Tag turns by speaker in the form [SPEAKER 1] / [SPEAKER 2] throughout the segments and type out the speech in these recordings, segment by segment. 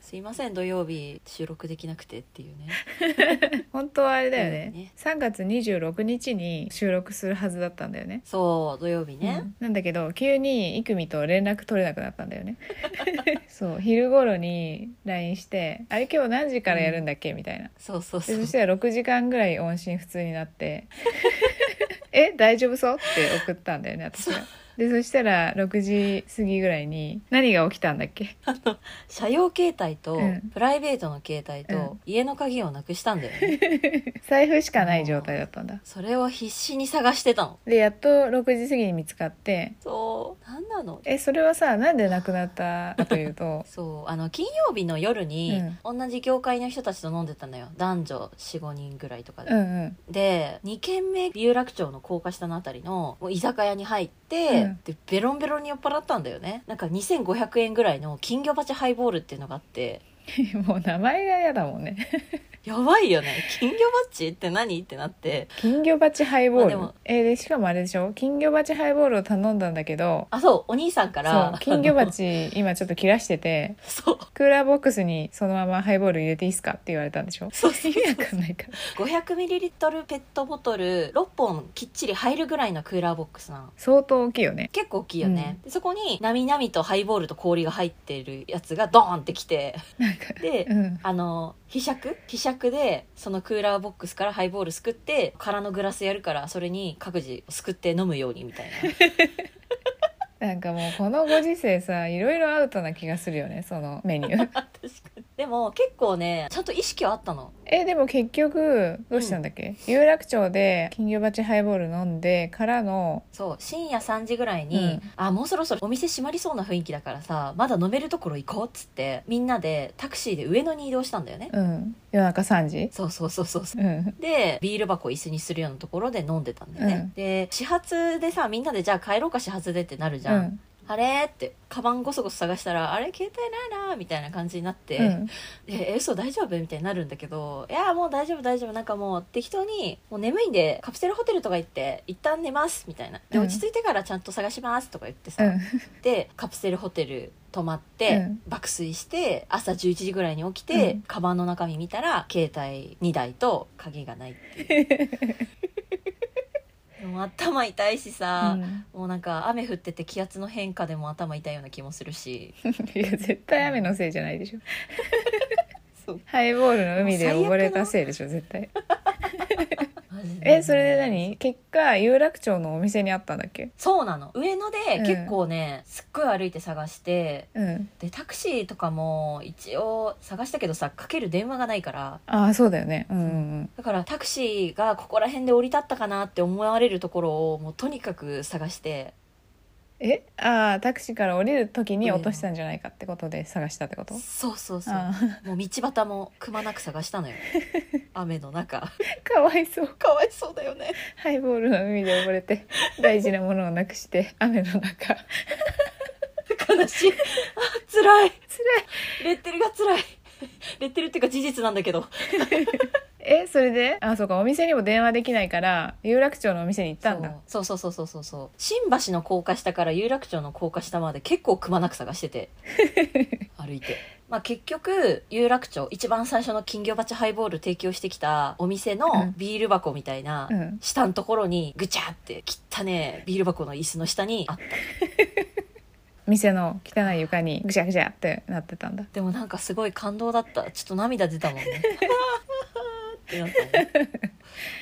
[SPEAKER 1] すいません土曜日収録できなくてって いうね
[SPEAKER 2] 本当はあれだよね
[SPEAKER 1] うんね
[SPEAKER 2] 3月26日に収録するはずだったんだよね
[SPEAKER 1] そう土曜日ね、
[SPEAKER 2] うんなんだけど急にイクミと連絡取れなくなったんだ よねそう昼頃に LINE して「あれ今日何時からやるんだっけ?」みたいな
[SPEAKER 1] そうそうそ
[SPEAKER 2] で
[SPEAKER 1] う
[SPEAKER 2] そしたら6時間ぐらい音信不通になって 「え大丈夫そう?」って送ったんだよね私が。でそしたら6時過ぎぐらいに「何が起きたんだっけ?
[SPEAKER 1] 車用携帯と、
[SPEAKER 2] うん
[SPEAKER 1] プライベートの携帯と、
[SPEAKER 2] う
[SPEAKER 1] 家の鍵をなくしたんだよ ね
[SPEAKER 2] 財布しかない状態だったんだ
[SPEAKER 1] それを必死に探してたの」
[SPEAKER 2] でやっと6時過ぎに見つかって
[SPEAKER 1] そう何なの
[SPEAKER 2] えそれはさなんでなくなったかというと
[SPEAKER 1] そうあの金曜日の夜に、同じ業界の人たちと飲んでたのよ男女45人ぐらいとかで、
[SPEAKER 2] うんうん
[SPEAKER 1] で2軒目有楽町の高架下のあたりのもう居酒屋に入って、
[SPEAKER 2] うん
[SPEAKER 1] でベロンベロンに酔っ払ったんだよねなんか2500円ぐらいの金魚鉢ハイボールっていうのがあって
[SPEAKER 2] もう名前が嫌だもんね
[SPEAKER 1] やばいよね金魚鉢って何ってなって
[SPEAKER 2] 金魚鉢ハイボー
[SPEAKER 1] まあ
[SPEAKER 2] ル、
[SPEAKER 1] でも
[SPEAKER 2] えーでしかもあれでしょ金魚鉢ハイボールを頼んだんだけど
[SPEAKER 1] あそうお兄さんか
[SPEAKER 2] そ
[SPEAKER 1] ら
[SPEAKER 2] う金魚
[SPEAKER 1] あの
[SPEAKER 2] 鉢今ちょっと切らしてて
[SPEAKER 1] そう
[SPEAKER 2] クーラーボックスにそのままハイボール入れていいっすかって言われたんでしょ
[SPEAKER 1] そうそう
[SPEAKER 2] 意味わかんないから
[SPEAKER 1] 500ミリリットルペットボトル6本きっちり入るぐらいのクーラーボックスなの
[SPEAKER 2] 相当大きいよね
[SPEAKER 1] 結構大きいよね、でそこになみなみとハイボールと氷が入ってるやつがドーンってきて
[SPEAKER 2] なんか
[SPEAKER 1] で
[SPEAKER 2] うん
[SPEAKER 1] あのひしゃくひしゃくでそのクーラーボックスからハイボールすくって空のグラスやるからそれに各自すくって飲むようにみたいな
[SPEAKER 2] なんかもうこのご時世さいろいろアウトな気がするよねそのメニュー
[SPEAKER 1] 確かにでも結構ねちゃんと意識はあったの
[SPEAKER 2] えでも結局どうしたんだっけ、有楽町で金魚鉢ハイボール飲んでからの
[SPEAKER 1] そう深夜3時ぐらいに、
[SPEAKER 2] うん
[SPEAKER 1] あもうそろそろお店閉まりそうな雰囲気だからさまだ飲めるところ行こうっつってみんなでタクシーで上野に移動したんだよね、
[SPEAKER 2] うん夜中3時
[SPEAKER 1] そうそうそうそうそう
[SPEAKER 2] うん
[SPEAKER 1] でビール箱を椅子にするようなところで飲んでたんだよね、
[SPEAKER 2] うん
[SPEAKER 1] で始発でさみんなでじゃあ帰ろうか始発でってなるじ
[SPEAKER 2] う
[SPEAKER 1] ゃん、
[SPEAKER 2] ん
[SPEAKER 1] あれってカバンごそごそ探したらあれ携帯ないなみたいな感じになって、
[SPEAKER 2] うん
[SPEAKER 1] でえ嘘大丈夫みたいになるんだけどいやもう大丈夫大丈夫なんかもう適当にもう眠いんでカプセルホテルとか行って一旦寝ますみたいなで
[SPEAKER 2] うん
[SPEAKER 1] 落ち着いてからちゃんと探しますとか言ってさ、
[SPEAKER 2] うん
[SPEAKER 1] でカプセルホテル泊まって、
[SPEAKER 2] うん
[SPEAKER 1] 爆睡して朝11時ぐらいに起きて、
[SPEAKER 2] うん
[SPEAKER 1] カバンの中身見たら携帯2台と鍵がないっていう でも頭痛いしさ、
[SPEAKER 2] うん
[SPEAKER 1] もうなんか雨降ってて気圧の変化でも頭痛いような気もするし
[SPEAKER 2] いや絶対雨のせいじゃないでしょ
[SPEAKER 1] そう
[SPEAKER 2] ハイボールの海で溺れたせいでしょ絶対
[SPEAKER 1] マジで
[SPEAKER 2] えそれで何結果有楽町のお店にあったんだっけ
[SPEAKER 1] そうなの上野で
[SPEAKER 2] うん
[SPEAKER 1] 結構ね、すっごい歩いて探して
[SPEAKER 2] うん
[SPEAKER 1] でタクシーとかも一応探したけどさかける電話がないから
[SPEAKER 2] ああそうだよねうんうん
[SPEAKER 1] だからタクシーがここら辺で降り立ったかなって思われるところをもうとにかく探して
[SPEAKER 2] うんえああタクシーから降りる時に落としたんじゃないかってことで探したってこと
[SPEAKER 1] そうそうそう
[SPEAKER 2] あ
[SPEAKER 1] もう道端もくまなく探 したのよ雨の中
[SPEAKER 2] あかわいそう
[SPEAKER 1] かわいそうだよね
[SPEAKER 2] ハイボールの海で溺れて大事なものをなくして雨の中
[SPEAKER 1] 悲しいあ辛い
[SPEAKER 2] つ
[SPEAKER 1] レッテルが辛いレッテルっていうか事実なんだけど
[SPEAKER 2] えそれであそうかお店にも電話できないから有楽町のお店に行ったんだ
[SPEAKER 1] そうそうそうそうそうそう新橋の高架下から有楽町の高架下まで結構くまなく探して て歩いて、まあ、結局有楽町一番最初の金魚鉢ハイボール提供してきたお店
[SPEAKER 2] う
[SPEAKER 1] の
[SPEAKER 2] ん
[SPEAKER 1] ビール箱みたいな、
[SPEAKER 2] うん
[SPEAKER 1] 下のところにぐちゃって切ったねビール箱の椅子の下にあった
[SPEAKER 2] 店の汚い床にぐしゃぐしゃってなってたんだ
[SPEAKER 1] でもなんかすごい感動だったちょっと涙出たもんねってなったもん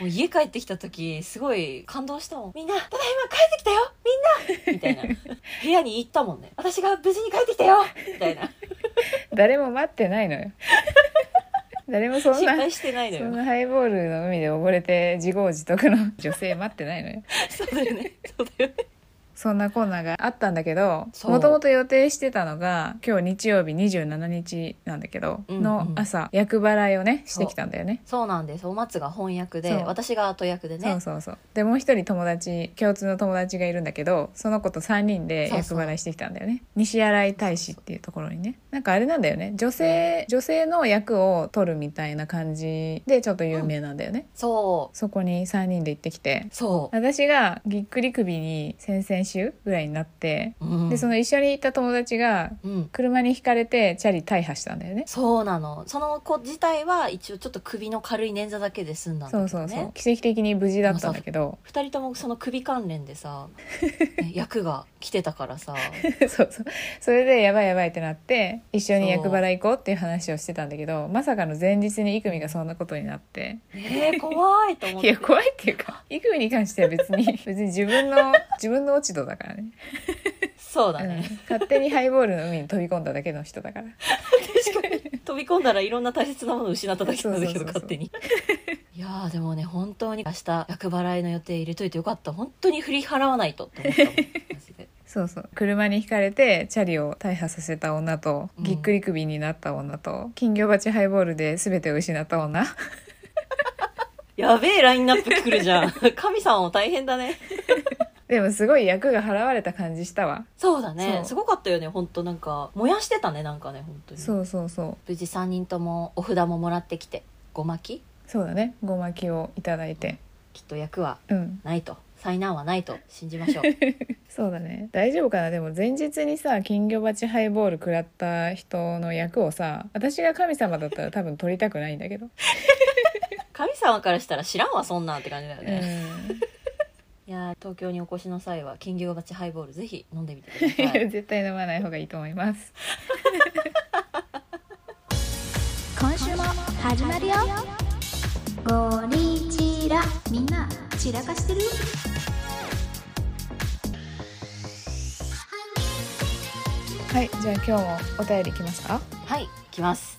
[SPEAKER 1] もう家帰ってきた時すごい感動したもんみんなただいま帰ってきたよみんなみたいな部屋に行ったもんね私が無事に帰ってきたよみたいな
[SPEAKER 2] 誰も待ってないの よ誰もそん
[SPEAKER 1] 心
[SPEAKER 2] な
[SPEAKER 1] 配してないの
[SPEAKER 2] そ
[SPEAKER 1] よ
[SPEAKER 2] んなハイボールの海で溺れて自業自得の女性待ってないのよ
[SPEAKER 1] そうだよねそうだよね
[SPEAKER 2] そんなコーナーがあったんだけど
[SPEAKER 1] そう
[SPEAKER 2] もともと予定してたのが今日日曜日27日なんだけど、
[SPEAKER 1] うんうん
[SPEAKER 2] の朝厄払いをねしてきたんだよね
[SPEAKER 1] そうなんですお松が翻訳
[SPEAKER 2] そ
[SPEAKER 1] で
[SPEAKER 2] う
[SPEAKER 1] 私が後役で
[SPEAKER 2] そう
[SPEAKER 1] ね
[SPEAKER 2] そうそうでもう一人友達共通の友達がいるんだけどその子と3人で
[SPEAKER 1] そうそ
[SPEAKER 2] 厄
[SPEAKER 1] う
[SPEAKER 2] 払いしてきたんだよね西新井大使っていうところにねなんかあれなんだよね女性女性の役を取るみたいな感じでちょっと有名なんだよね、
[SPEAKER 1] そう
[SPEAKER 2] そこに3人で行ってきて
[SPEAKER 1] そう
[SPEAKER 2] 私がぎっくり首に先々週ぐらいになって、
[SPEAKER 1] うん
[SPEAKER 2] でその一緒にいた友達が
[SPEAKER 1] うん
[SPEAKER 2] 車にひかれてチャリ大破したんだよね。
[SPEAKER 1] そうなのその子自体は一応ちょっと首の軽い捻挫だけで済んだんだ
[SPEAKER 2] そう
[SPEAKER 1] けど
[SPEAKER 2] そうそう
[SPEAKER 1] ね
[SPEAKER 2] 奇跡的に無事だったんだけど
[SPEAKER 1] 二人ともその首関連で さね役が来てたからさ
[SPEAKER 2] そうそうそれでやばいやばいってなって一緒に役払い行こうっていう話をしてたんだけどまさかの前日にイクミがそんなことになって
[SPEAKER 1] えー、怖いと思っ
[SPEAKER 2] い
[SPEAKER 1] て
[SPEAKER 2] や怖いってい うかイクミに関しては別に別に自分の自分の落ち度だからね、
[SPEAKER 1] そうだ
[SPEAKER 2] うん
[SPEAKER 1] ね、、
[SPEAKER 2] 勝手にハイボールの海に飛び込んだだけの人だから
[SPEAKER 1] 飛び込んだらいろんな大切なものを失っただけなんだけ
[SPEAKER 2] そうそうそ
[SPEAKER 1] ど
[SPEAKER 2] うそう
[SPEAKER 1] 勝手にいやーでもね本当に明日役払いの予定入れといてよかった本当に振り払わないとって思ったもんマジで
[SPEAKER 2] そうそう車にひかれてチャリを大破させた女と
[SPEAKER 1] うん
[SPEAKER 2] ぎっくり首になった女と、金魚鉢ハイボールで全てを失った女
[SPEAKER 1] やべえラインナップ来るじ ゃん神さんも大変だね
[SPEAKER 2] でもすごい役が払われた感じしたわ
[SPEAKER 1] そうだね
[SPEAKER 2] そう
[SPEAKER 1] すごかったよね本当なんか燃やしてたねなんかね本当に
[SPEAKER 2] そうそうそう
[SPEAKER 1] 無事3人ともお札ももらってきてごまき
[SPEAKER 2] そうだねごまきをいただいて
[SPEAKER 1] きっと役は
[SPEAKER 2] うん
[SPEAKER 1] ないと災難はないと信じましょう
[SPEAKER 2] そうだね大丈夫かなでも前日にさ金魚鉢ハイボール食らった人の役をさ私が神様だったら多分取りたくないんだけど、
[SPEAKER 1] 神様からしたら知らんわそんなんって感じだよ
[SPEAKER 2] う
[SPEAKER 1] ね、
[SPEAKER 2] ん、
[SPEAKER 1] いやー東京にお越しの際は金魚鉢ハイボールぜひ飲んでみてください
[SPEAKER 2] 絶対飲まない方がいいと思います
[SPEAKER 3] 今週も始まるよゴリチラみんな散らかしてる
[SPEAKER 2] はいじゃあ今日もお便り来ますか
[SPEAKER 1] はいいきます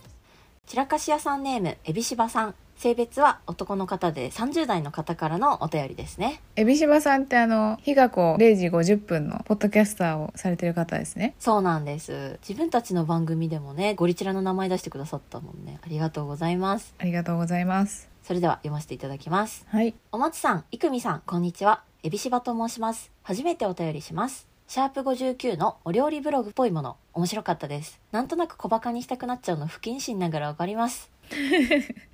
[SPEAKER 1] 散らかし屋さんネームエビシバさん性別は男の方で30代の方からのお便りですね
[SPEAKER 2] エビシバさんってあの、日が子0時50分のポッドキャスターをされてる方ですね。
[SPEAKER 1] そうなんです自分たちの番組でもねゴリチラの名前出してくださったもんねありがとうございます
[SPEAKER 2] ありがとうございます。
[SPEAKER 1] それでは読ませていただきます
[SPEAKER 2] はい。
[SPEAKER 1] おもちさん、いくみさん、こんにちは。えびしばと申します。初めてお便りします。シャープ59のお料理ブログっぽいもの、面白かったです。なんとなく小馬鹿にしたくなっちゃうの不謹慎ながらわかります。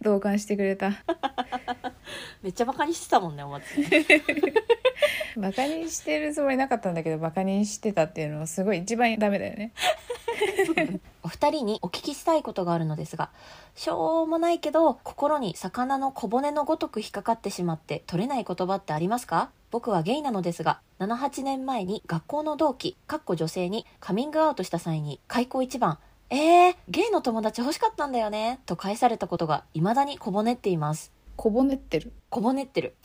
[SPEAKER 2] 同感してくれた。
[SPEAKER 1] めっちゃ馬鹿にしてたもんね、おもち。
[SPEAKER 2] バカにしてるつもりなかったんだけど、バカにしてたっていうのもすごい一番ダメだよね。
[SPEAKER 1] お二人にお聞きしたいことがあるのですが、しょうもないけど、心に魚の小骨のごとく引っかかってしまって取れない言葉ってありますか僕はゲイなのですが、7、8年前に学校の同期、かっこ女性にカミングアウトした際に、開口一番、えー、ゲイの友達欲しかったんだよね、と返されたことが未だに小骨っています。
[SPEAKER 2] こぼねってる。
[SPEAKER 1] 小骨ってる。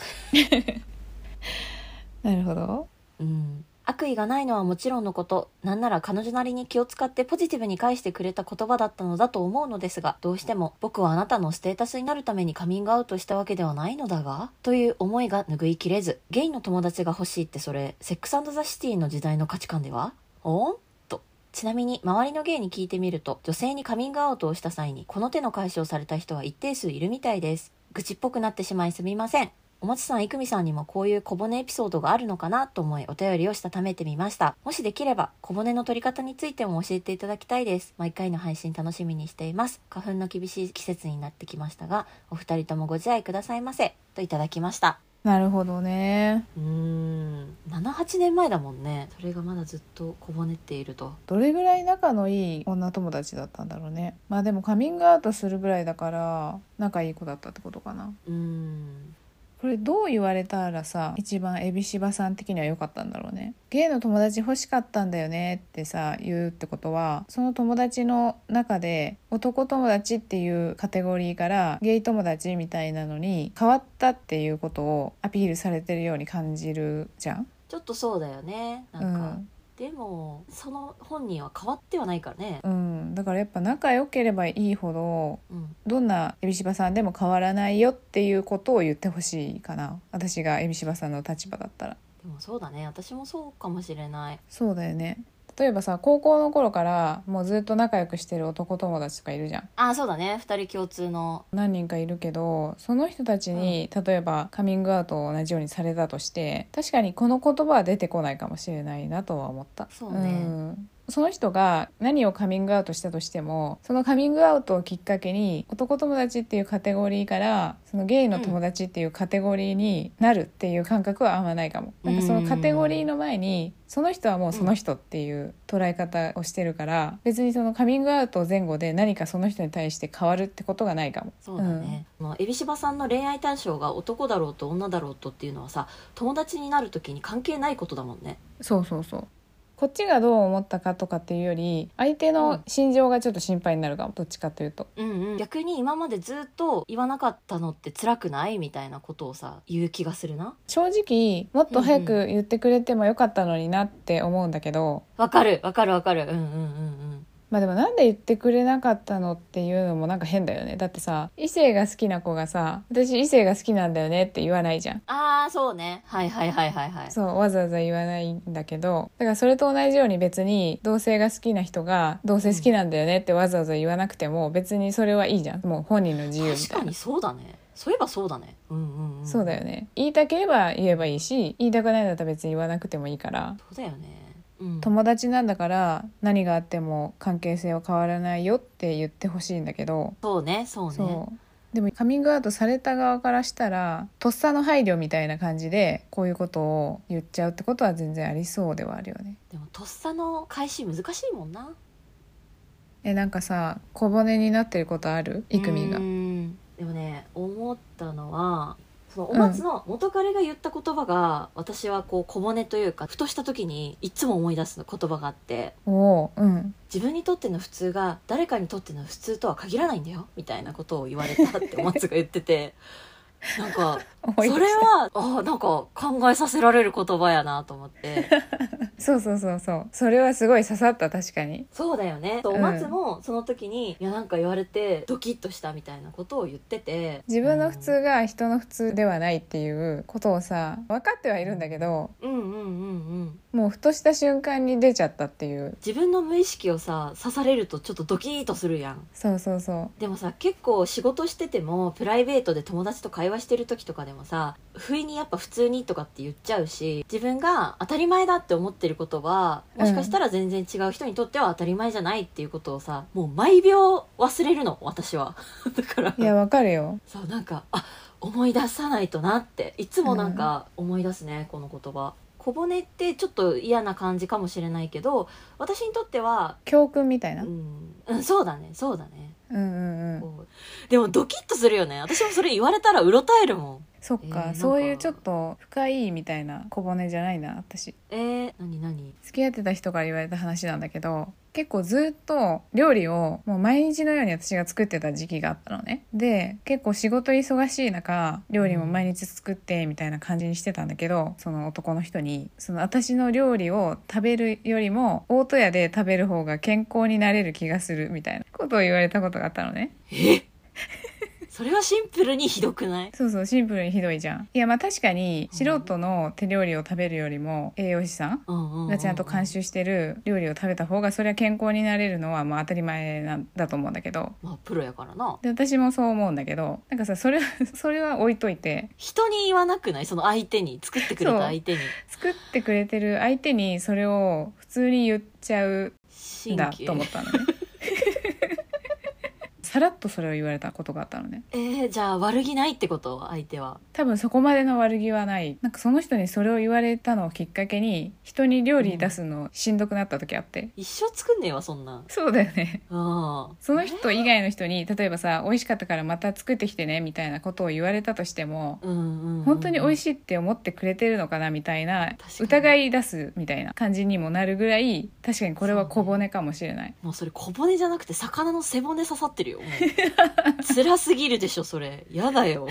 [SPEAKER 2] なるほど。
[SPEAKER 1] うん、悪意がないのはもちろんのことなんなら彼女なりに気を使ってポジティブに返してくれた言葉だったのだと思うのですがどうしても僕はあなたのステータスになるためにカミングアウトしたわけではないのだがという思いが拭いきれずゲイの友達が欲しいってそれセックスザシティの時代の価値観ではおんとちなみに周りのゲイに聞いてみると女性にカミングアウトをした際にこの手の解消された人は一定数いるみたいです愚痴っぽくなってしまいすみませんお松さん、いくみさんにもこういう小骨エピソードがあるのかなと思いお便りをしたためてみました。もしできれば小骨の取り方についても教えていただきたいです。毎回の配信楽しみにしています。花粉の厳しい季節になってきましたが、お二人ともご自愛くださいませ。といただきました。
[SPEAKER 2] なるほどね。
[SPEAKER 1] うーん、7、8年前だもんね。それがまだずっと小骨っていると。
[SPEAKER 2] どれぐらい仲のいい女友達だったんだろうね。まあでもカミングアウトするぐらいだから、仲いい子だったってことかな。
[SPEAKER 1] うーん。
[SPEAKER 2] これどう言われたらさ一番エビシバさん的には良かったんだろうねゲイの友達欲しかったんだよねってさ言うってことはその友達の中で男友達っていうカテゴリーからゲイ友達みたいなのに変わったっていうことをアピールされてるように感じるじゃん
[SPEAKER 1] ちょっとそうだよね。なんか、
[SPEAKER 2] うん
[SPEAKER 1] でも、その本人は変わってはないからね。
[SPEAKER 2] うん、だからやっぱ仲良ければいいほど
[SPEAKER 1] うん。
[SPEAKER 2] どんなエビシバさんでも変わらないよっていうことを言ってほしいかな私がエビシバさんの立場だったら。
[SPEAKER 1] でもそうだね。私もそうかもしれない。
[SPEAKER 2] そうだよね例えばさ高校の頃からもうずっと仲良くしてる男友達とかいるじゃん
[SPEAKER 1] あそうだね二人共通の
[SPEAKER 2] 何人かいるけどその人たちに、例えばカミングアウトを同じようにされたとして確かにこの言葉は出てこないかもしれないなとは思った
[SPEAKER 1] そうね
[SPEAKER 2] んその人が何をカミングアウトしたとしてもそのカミングアウトをきっかけに男友達っていうカテゴリーからそのゲイの友達っていうカテゴリーになるっていう感覚はあんまないかも、
[SPEAKER 1] うん
[SPEAKER 2] なんかそのカテゴリーの前にその人はもうその人っていう捉え方をしてるから、別にそのカミングアウト前後で何かその人に対して変わるってことがないかも
[SPEAKER 1] そうだね、まあ、海老柴さんの恋愛対象が男だろうと女だろうとっていうのはさ友達になる時に関係ないことだもんね
[SPEAKER 2] そうそうそうこっちがどう思ったかとかっていうより相手の心情がちょっと心配になるかもどっちかというと
[SPEAKER 1] うんうん、逆に今までずっと言わなかったのって辛くないみたいなことをさ言う気がするな
[SPEAKER 2] 正直もっと早く言ってくれてもよかったのになって思うんだけど、
[SPEAKER 1] わかるわかるわかるうんうんうん
[SPEAKER 2] まあでもなんで言ってくれなかったのっていうのもなんか変だよねだってさ異性が好きな子がさ「私異性が好きなんだよね」って言わないじゃん。
[SPEAKER 1] うんああそうねはいはいはいはいはい
[SPEAKER 2] そうわざわざ言わないんだけどだからそれと同じように別に同性が好きな人が同性好きなんだよねってわざわざ言わなくても別にそれはいいじゃんもう本人の自由み
[SPEAKER 1] 確
[SPEAKER 2] た
[SPEAKER 1] か
[SPEAKER 2] いな
[SPEAKER 1] にそうだねそういえばそうだねうんうん、うん、
[SPEAKER 2] そうだよね言いたければ言えばいいし言いたくないんだったら別に言わなくてもいいから
[SPEAKER 1] そうだよねうん
[SPEAKER 2] 友達なんだから何があっても関係性は変わらないよって言ってほしいんだけど
[SPEAKER 1] そうねそうね
[SPEAKER 2] そうでもカミングアウトされた側からしたらとっさの配慮みたいな感じでこういうことを言っちゃうってことは全然ありそうではあるよね。
[SPEAKER 1] でもとっさの開始難しいもんな
[SPEAKER 2] えなんかさ小骨になってることあるイクミが
[SPEAKER 1] う。んでもね思ったのはそのお松の元彼が言った言葉が、私はこう小骨というかふとした時にいつも思い出す言葉があって
[SPEAKER 2] おーうん
[SPEAKER 1] 自分にとっての普通が誰かにとっての普通とは限らないんだよみたいなことを言われたってお松が言って てなんかそ
[SPEAKER 2] 思い出
[SPEAKER 1] れ
[SPEAKER 2] した
[SPEAKER 1] はあなんか考えさせられる言葉やなと思って。
[SPEAKER 2] そうそうそうそうそれはすごい刺さった確かに
[SPEAKER 1] そうだよね。と
[SPEAKER 2] うん
[SPEAKER 1] お松もその時に、いやなんか言われてドキッとしたみたいなことを言ってて、
[SPEAKER 2] 自分の普通が人の普通ではないっていうことをさ分かってはいるんだけど
[SPEAKER 1] うん、うんうんうんうん。
[SPEAKER 2] もうふとした瞬間に出ちゃったっていう
[SPEAKER 1] 自分の無意識をさ刺されるとちょっとドキッとするやん。
[SPEAKER 2] そうそうそ
[SPEAKER 1] でもさ結構仕事しててもプライベートで友達と会話してる時とかでもさ不意にやっぱ普通にとかって言っちゃうし自分が当たり前だって思ってることはもしかしたら全然違う人にとっては当たり前じゃないっていうことをさもう毎秒忘れるの私は だから
[SPEAKER 2] ういや分かるよ
[SPEAKER 1] そうなんかあ思い出さないとなっていつもなんか思い出すね、この言葉小骨ってちょっと嫌な感じかもしれないけど私にとっては
[SPEAKER 2] 教訓みたいな、
[SPEAKER 1] う
[SPEAKER 2] うん、
[SPEAKER 1] ん、うん、そうだねそうだね、
[SPEAKER 2] うんうんうん
[SPEAKER 1] こうでもドキッとするよね私もそれ言われたらうろたえるもん
[SPEAKER 2] そっか,、
[SPEAKER 1] えーなんか
[SPEAKER 2] そういうちょっと深いみたいな小骨じゃないな私
[SPEAKER 1] えー、何何
[SPEAKER 2] 付き合ってた人から言われた話なんだけど結構ずっと料理をもう毎日のように私が作ってた時期があったのねで結構仕事忙しい中料理も毎日作ってみたいな感じにしてたんだけどその男の人にその私の料理を食べるよりも大戸屋で食べる方が健康になれる気がするみたいなことを言われたことがあったのね
[SPEAKER 1] それはシンプルにひどくない
[SPEAKER 2] そうそうシンプルにひどいじゃんいやまあ確かに素人の手料理を食べるよりも栄養士さん
[SPEAKER 1] うんうん、うん、
[SPEAKER 2] がちゃんと監修してる料理を食べた方がそれは健康になれるのはまあ当たり前なんだと思うんだけど
[SPEAKER 1] まあプロやからな
[SPEAKER 2] で私もそう思うんだけどなんかさそれは それは置いといて
[SPEAKER 1] 人に言わなくないその相手に作ってくれた相手に
[SPEAKER 2] 作ってくれてる相手にそれを普通に言っちゃう
[SPEAKER 1] 神
[SPEAKER 2] んだ
[SPEAKER 1] 経
[SPEAKER 2] と思った のね。さらっとそれを言われたことがあったのね
[SPEAKER 1] えー、じゃあ悪気ないってこと相手は
[SPEAKER 2] 多分そこまでの悪気はないなんかその人にそれを言われたのをきっかけに人に料理出すのしんどくなった時あって、
[SPEAKER 1] 一生作んねえわそんなん
[SPEAKER 2] そうだよね
[SPEAKER 1] ああ
[SPEAKER 2] その人以外の人に例えばさ美味しかったからまた作ってきてねみたいなことを言われたとしても
[SPEAKER 1] うんうんうん、
[SPEAKER 2] 本当に美味
[SPEAKER 1] い
[SPEAKER 2] しいって思ってくれてるのかなみたいな
[SPEAKER 1] 確かに
[SPEAKER 2] 疑い出すみたいな感じにもなるぐらい確かにこれは小骨かもしれない、
[SPEAKER 1] もうそれ小骨じゃなくて魚の背骨刺さってる よもう辛すぎるでしょそれやだよ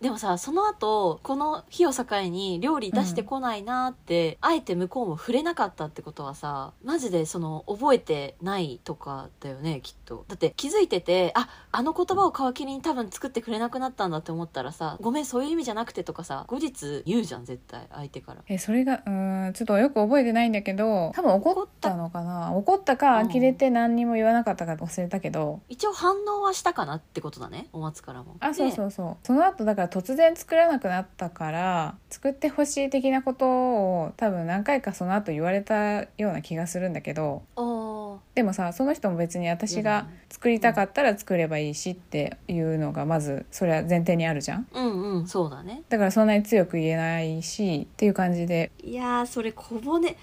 [SPEAKER 1] でもさその後この日を境に料理出してこないなって、あえて向こうも触れなかったってことはさマジでその覚えてないとかだよねきっとだって気づいててああの言葉を皮切りに多分作ってくれなくなったんだって思ったらさごめんそういう意味じゃなくてとかさ後日言うじゃん絶対相手から
[SPEAKER 2] えそれがうーんちょっとよく覚えてないんだけど多分怒ったのかな怒ったか
[SPEAKER 1] うん
[SPEAKER 2] 呆れて何にも言わなかったか忘れたけど、
[SPEAKER 1] 一応反応はしたかなってことだねお松からも
[SPEAKER 2] あそうそううそうその後だから突然作らなくなったから作ってほしい的なことを多分何回かその後言われたような気がするんだけど
[SPEAKER 1] おー
[SPEAKER 2] でもさその人も別に私が作りたかったら作ればいいしっていうのがまずそれは前提にあるじゃん
[SPEAKER 1] うんうんそうだね
[SPEAKER 2] だからそんなに強く言えないしっていう感じで
[SPEAKER 1] いやーそれ小骨っ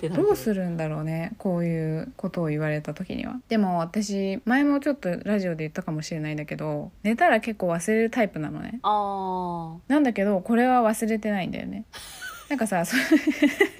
[SPEAKER 1] てなる
[SPEAKER 2] どうするんだろうねこういうことを言われた時にはでも私前もちょっとラジオで言ったかもしれないんだけど寝たら結構忘れるタイプなのね
[SPEAKER 1] あ
[SPEAKER 2] なんだけどこれは忘れてないんだよねなんかさそ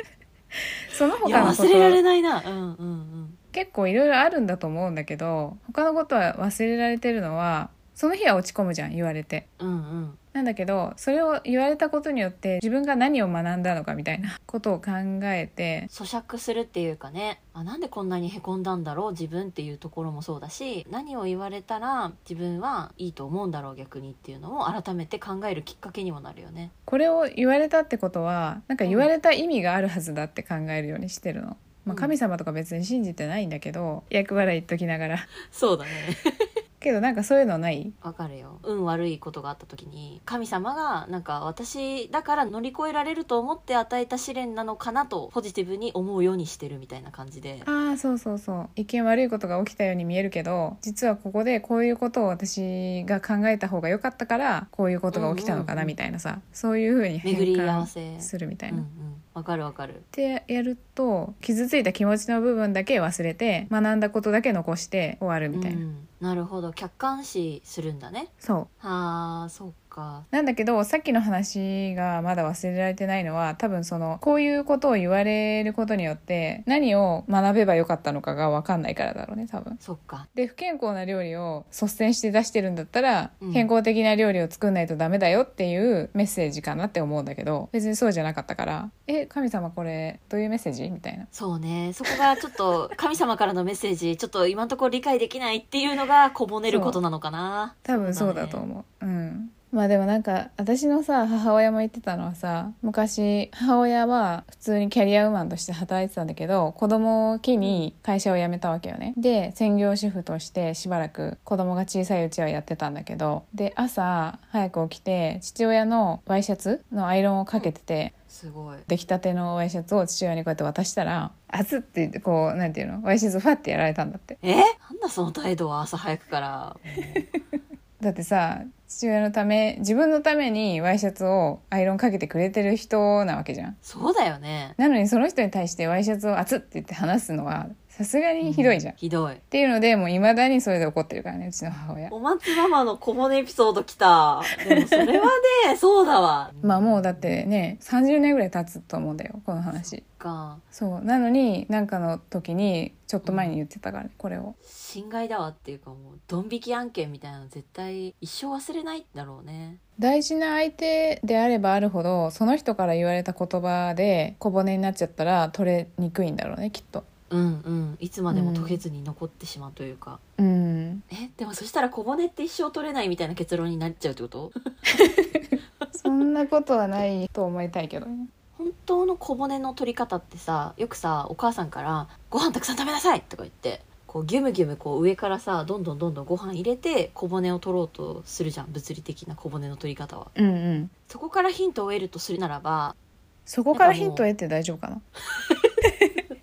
[SPEAKER 2] その
[SPEAKER 1] あい
[SPEAKER 2] 他
[SPEAKER 1] や
[SPEAKER 2] のこと
[SPEAKER 1] 忘れられないなうんうんうん
[SPEAKER 2] 結構いろいろあるんだと思うんだけど他のことは忘れられてるのはその日は落ち込むじゃん言われて
[SPEAKER 1] うんうん
[SPEAKER 2] なんだけどそれを言われたことによって自分が何を学んだのかみたいな ことを考えて
[SPEAKER 1] 咀嚼するっていうかねあなんでこんなにへこんだんだろう自分っていうところもそうだし何を言われたら自分はいいと思うんだろう逆にっていうのを改めて考えるきっかけにもなるよね
[SPEAKER 2] これを言われたってことはなんか言われた意味があるはずだって考えるようにしてるの。まあ、神様とか別に信じてないんだけど役払い言っときながら
[SPEAKER 1] そうだね
[SPEAKER 2] けどなんかそういうのない
[SPEAKER 1] わかるよ運悪いことがあった時に神様がなんか私だから乗り越えられると思って与えた試練なのかなとポジティブに思うようにしてるみたいな感じで
[SPEAKER 2] ああそうそうそう一見悪いことが起きたように見えるけど実はここでこういうことを私が考えた方が良かったからこういうことが起きたのか
[SPEAKER 1] うんうんう
[SPEAKER 2] なんみたいなさそういうふうに変
[SPEAKER 1] 巡り合わ
[SPEAKER 2] 換
[SPEAKER 1] せ
[SPEAKER 2] するみたい
[SPEAKER 1] うんう
[SPEAKER 2] な。っ
[SPEAKER 1] んわかるわかる
[SPEAKER 2] てやると傷ついた気持ちの部分だけ忘れて学んだことだけ残して終わるみたいな。
[SPEAKER 1] うん、なるほど客観視するんだね
[SPEAKER 2] そう
[SPEAKER 1] あーそうか
[SPEAKER 2] なんだけどさっきの話がまだ忘れられてないのは多分そのこういうことを言われることによって何を学べばよかったのかが分かんないからだろうね多分。
[SPEAKER 1] そっか
[SPEAKER 2] で不健康な料理を率先して出してるんだったら、
[SPEAKER 1] うん
[SPEAKER 2] 健康的な料理を作んないとダメだよっていうメッセージかなって思うんだけど別にそうじゃなかったから「え神様これどういうメッセージ?」みたいな。
[SPEAKER 1] そうねそこがちょっ と神様からのメッセージちょっと今のところ理解できないっていうのがこぼねることなのかな
[SPEAKER 2] 多分そうだと思ううんまあでもなんか私のさ母親も言ってたのはさ昔母親は普通にキャリアウーマンとして働いてたんだけど子供を機に会社を辞めたわけよねで専業主婦としてしばらく子供が小さいうちはやってたんだけどで朝早く起きて父親のワイシャツのアイロンをかけてて
[SPEAKER 1] すごい
[SPEAKER 2] 出来たてのワイシャツを父親にこうやって渡したら「熱っ!」って言ってこうなんていうのワイシャツファってやられたんだって
[SPEAKER 1] えなんだその態度は朝早くから
[SPEAKER 2] だってさ父親のため自分のためにワイシャツをアイロンかけてくれてる人なわけじゃん
[SPEAKER 1] そうだよね
[SPEAKER 2] なのにその人に対してワイシャツを「熱っ!」って言って話すのはさすがにひどいじゃん、っ
[SPEAKER 1] ひどい
[SPEAKER 2] ていうのでもういまだにそれで怒ってるからねうちの母親
[SPEAKER 1] お松ママの小骨エピソードきたでもそれはねそうだわ
[SPEAKER 2] まあもうだってね30年ぐらい経つと思うんだよこの話
[SPEAKER 1] か
[SPEAKER 2] そうなのになんかの時にちょっと前に言ってたからねこれを
[SPEAKER 1] 侵害だわっていうかもうドン引き案件みたいなの絶対一生忘れないんだろうね
[SPEAKER 2] 大事な相手であればあるほどその人から言われた言葉で小骨になっちゃったら取れにくいんだろうねきっと
[SPEAKER 1] うんうんいつまでも解けずに残ってしまうというか、
[SPEAKER 2] うん
[SPEAKER 1] えでもそしたら小骨って一生取れないみたいな結論になっちゃうってこと
[SPEAKER 2] そんなことはないと思いたいけどね。
[SPEAKER 1] 本当の小骨の取り方ってさよくさお母さんから「ご飯たくさん食べなさい!」とか言ってこうギュムギュムこう上からさどんどんどんどんご飯入れて小骨を取ろうとするじゃん物理的な小骨の取り方は
[SPEAKER 2] うんうん。
[SPEAKER 1] そこからヒントを得るとするならば
[SPEAKER 2] そこからヒントを得て大丈夫かな。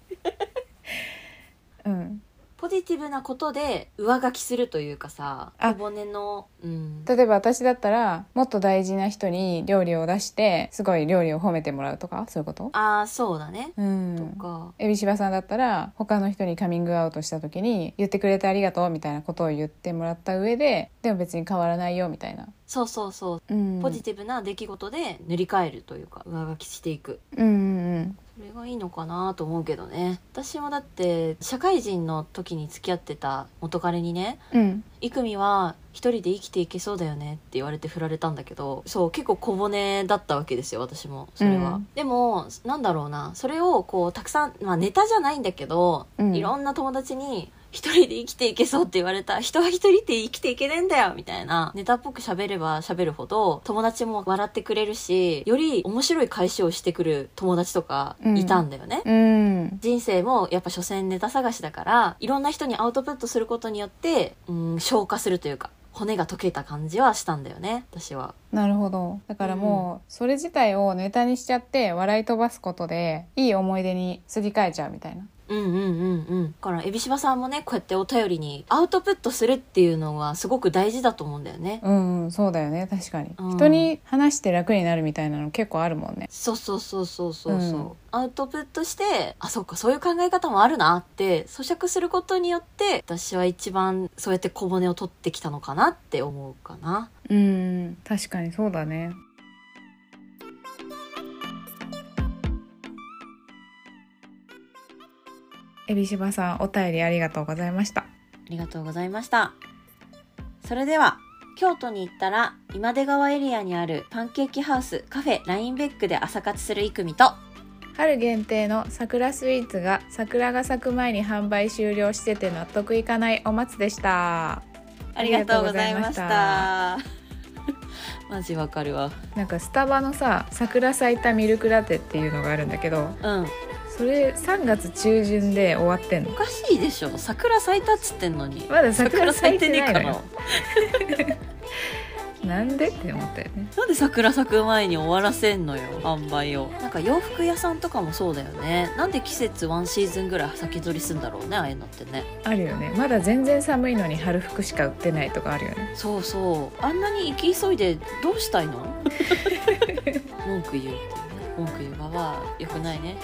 [SPEAKER 2] うん。
[SPEAKER 1] ポジティブなことで上書きするというかさ
[SPEAKER 2] あ
[SPEAKER 1] 小骨のうん
[SPEAKER 2] 例えば私だったら、もっと大事な人に料理を出して、すごい料理を褒めてもらうとか、そういうこと
[SPEAKER 1] ああそうだね、
[SPEAKER 2] う
[SPEAKER 1] と
[SPEAKER 2] ん。
[SPEAKER 1] か
[SPEAKER 2] エビシバさんだったら他の人にカミングアウトした時に言ってくれてありがとうみたいなことを言ってもらった上ででも別に変わらないよみたいな、
[SPEAKER 1] そうそうそう
[SPEAKER 2] うん、
[SPEAKER 1] ポジティブな出来事で塗り替えるというか上書きしていく
[SPEAKER 2] うんうんうん
[SPEAKER 1] それがいいのかなと思うけどね私もだって社会人の時に付き合ってた元彼にね
[SPEAKER 2] うん
[SPEAKER 1] 「イクミは一人で生きていけそうだよね」って言われて振られたんだけどそう結構小骨だったわけですよ私もそれは、
[SPEAKER 2] うん
[SPEAKER 1] でもなんだろうなそれをこうたくさん、まあ、ネタじゃないんだけど、
[SPEAKER 2] うん
[SPEAKER 1] いろんな友達に「一人で生きていけそう」って言われた「人は一人って生きていけねえんだよ」みたいなネタっぽく喋れば喋るほど友達も笑ってくれるしより面白い返しをしてくる友達とかいたんだよね、
[SPEAKER 2] うん
[SPEAKER 1] 人生もやっぱ所詮ネタ探しだからいろんな人にアウトプットすることによって、うん、消化するというか骨が溶けた感じはしたんだよね私は
[SPEAKER 2] なるほどだからもうそれ自体をネタにしちゃって笑い飛ばすことでいい思い出にすり替えちゃうみたいな
[SPEAKER 1] うんうんうんうんだから海老柴さんもねこうやってお便りにアウトプットするっていうのはすごく大事だと思うんだよね
[SPEAKER 2] うん、うん、そうだよね確かに、
[SPEAKER 1] うん
[SPEAKER 2] 人に話して楽になるみたいなの結構あるもんね
[SPEAKER 1] そうそうそうそうそうそう、
[SPEAKER 2] うん
[SPEAKER 1] アウトプットしてあそうかそういう考え方もあるなって咀嚼することによって私は一番そうやって小骨を取ってきたのかなって思うかな
[SPEAKER 2] うん確かにそうだねエビシバさんお便りありがとうございました
[SPEAKER 1] ありがとうございましたそれでは京都に行ったら今出川エリアにあるパンケーキハウスカフェラインベックで朝活するイクミと
[SPEAKER 2] 春限定の桜スイーツが桜が咲く前に販売終了してて納得いかないお松でした
[SPEAKER 1] ありがとうございました
[SPEAKER 2] あ
[SPEAKER 1] マジわかるわ
[SPEAKER 2] なんかスタバのさ桜咲いたミルクラテっていうのがあるんだけど
[SPEAKER 1] うん
[SPEAKER 2] それ3月中旬で終わってんの
[SPEAKER 1] おかしいでしょ桜咲いたっつってんのに
[SPEAKER 2] まだ
[SPEAKER 1] 桜
[SPEAKER 2] 桜
[SPEAKER 1] 咲
[SPEAKER 2] 咲
[SPEAKER 1] い
[SPEAKER 2] い
[SPEAKER 1] て
[SPEAKER 2] て
[SPEAKER 1] ね
[SPEAKER 2] な
[SPEAKER 1] え
[SPEAKER 2] い
[SPEAKER 1] か
[SPEAKER 2] の
[SPEAKER 1] な
[SPEAKER 2] よなんでって思ったよね
[SPEAKER 1] なんで桜咲く前に終わらせんのよ販売をなんか洋服屋さんとかもそうだよねなんで季節ワンシーズンぐらい先取りするんだろうねああいうのってね
[SPEAKER 2] あるよねまだ全然寒いのに春服しか売ってないとかあるよね
[SPEAKER 1] そうそうあんなに行き急いでどうしたいの文句言うっていうね文句言う側は良くないね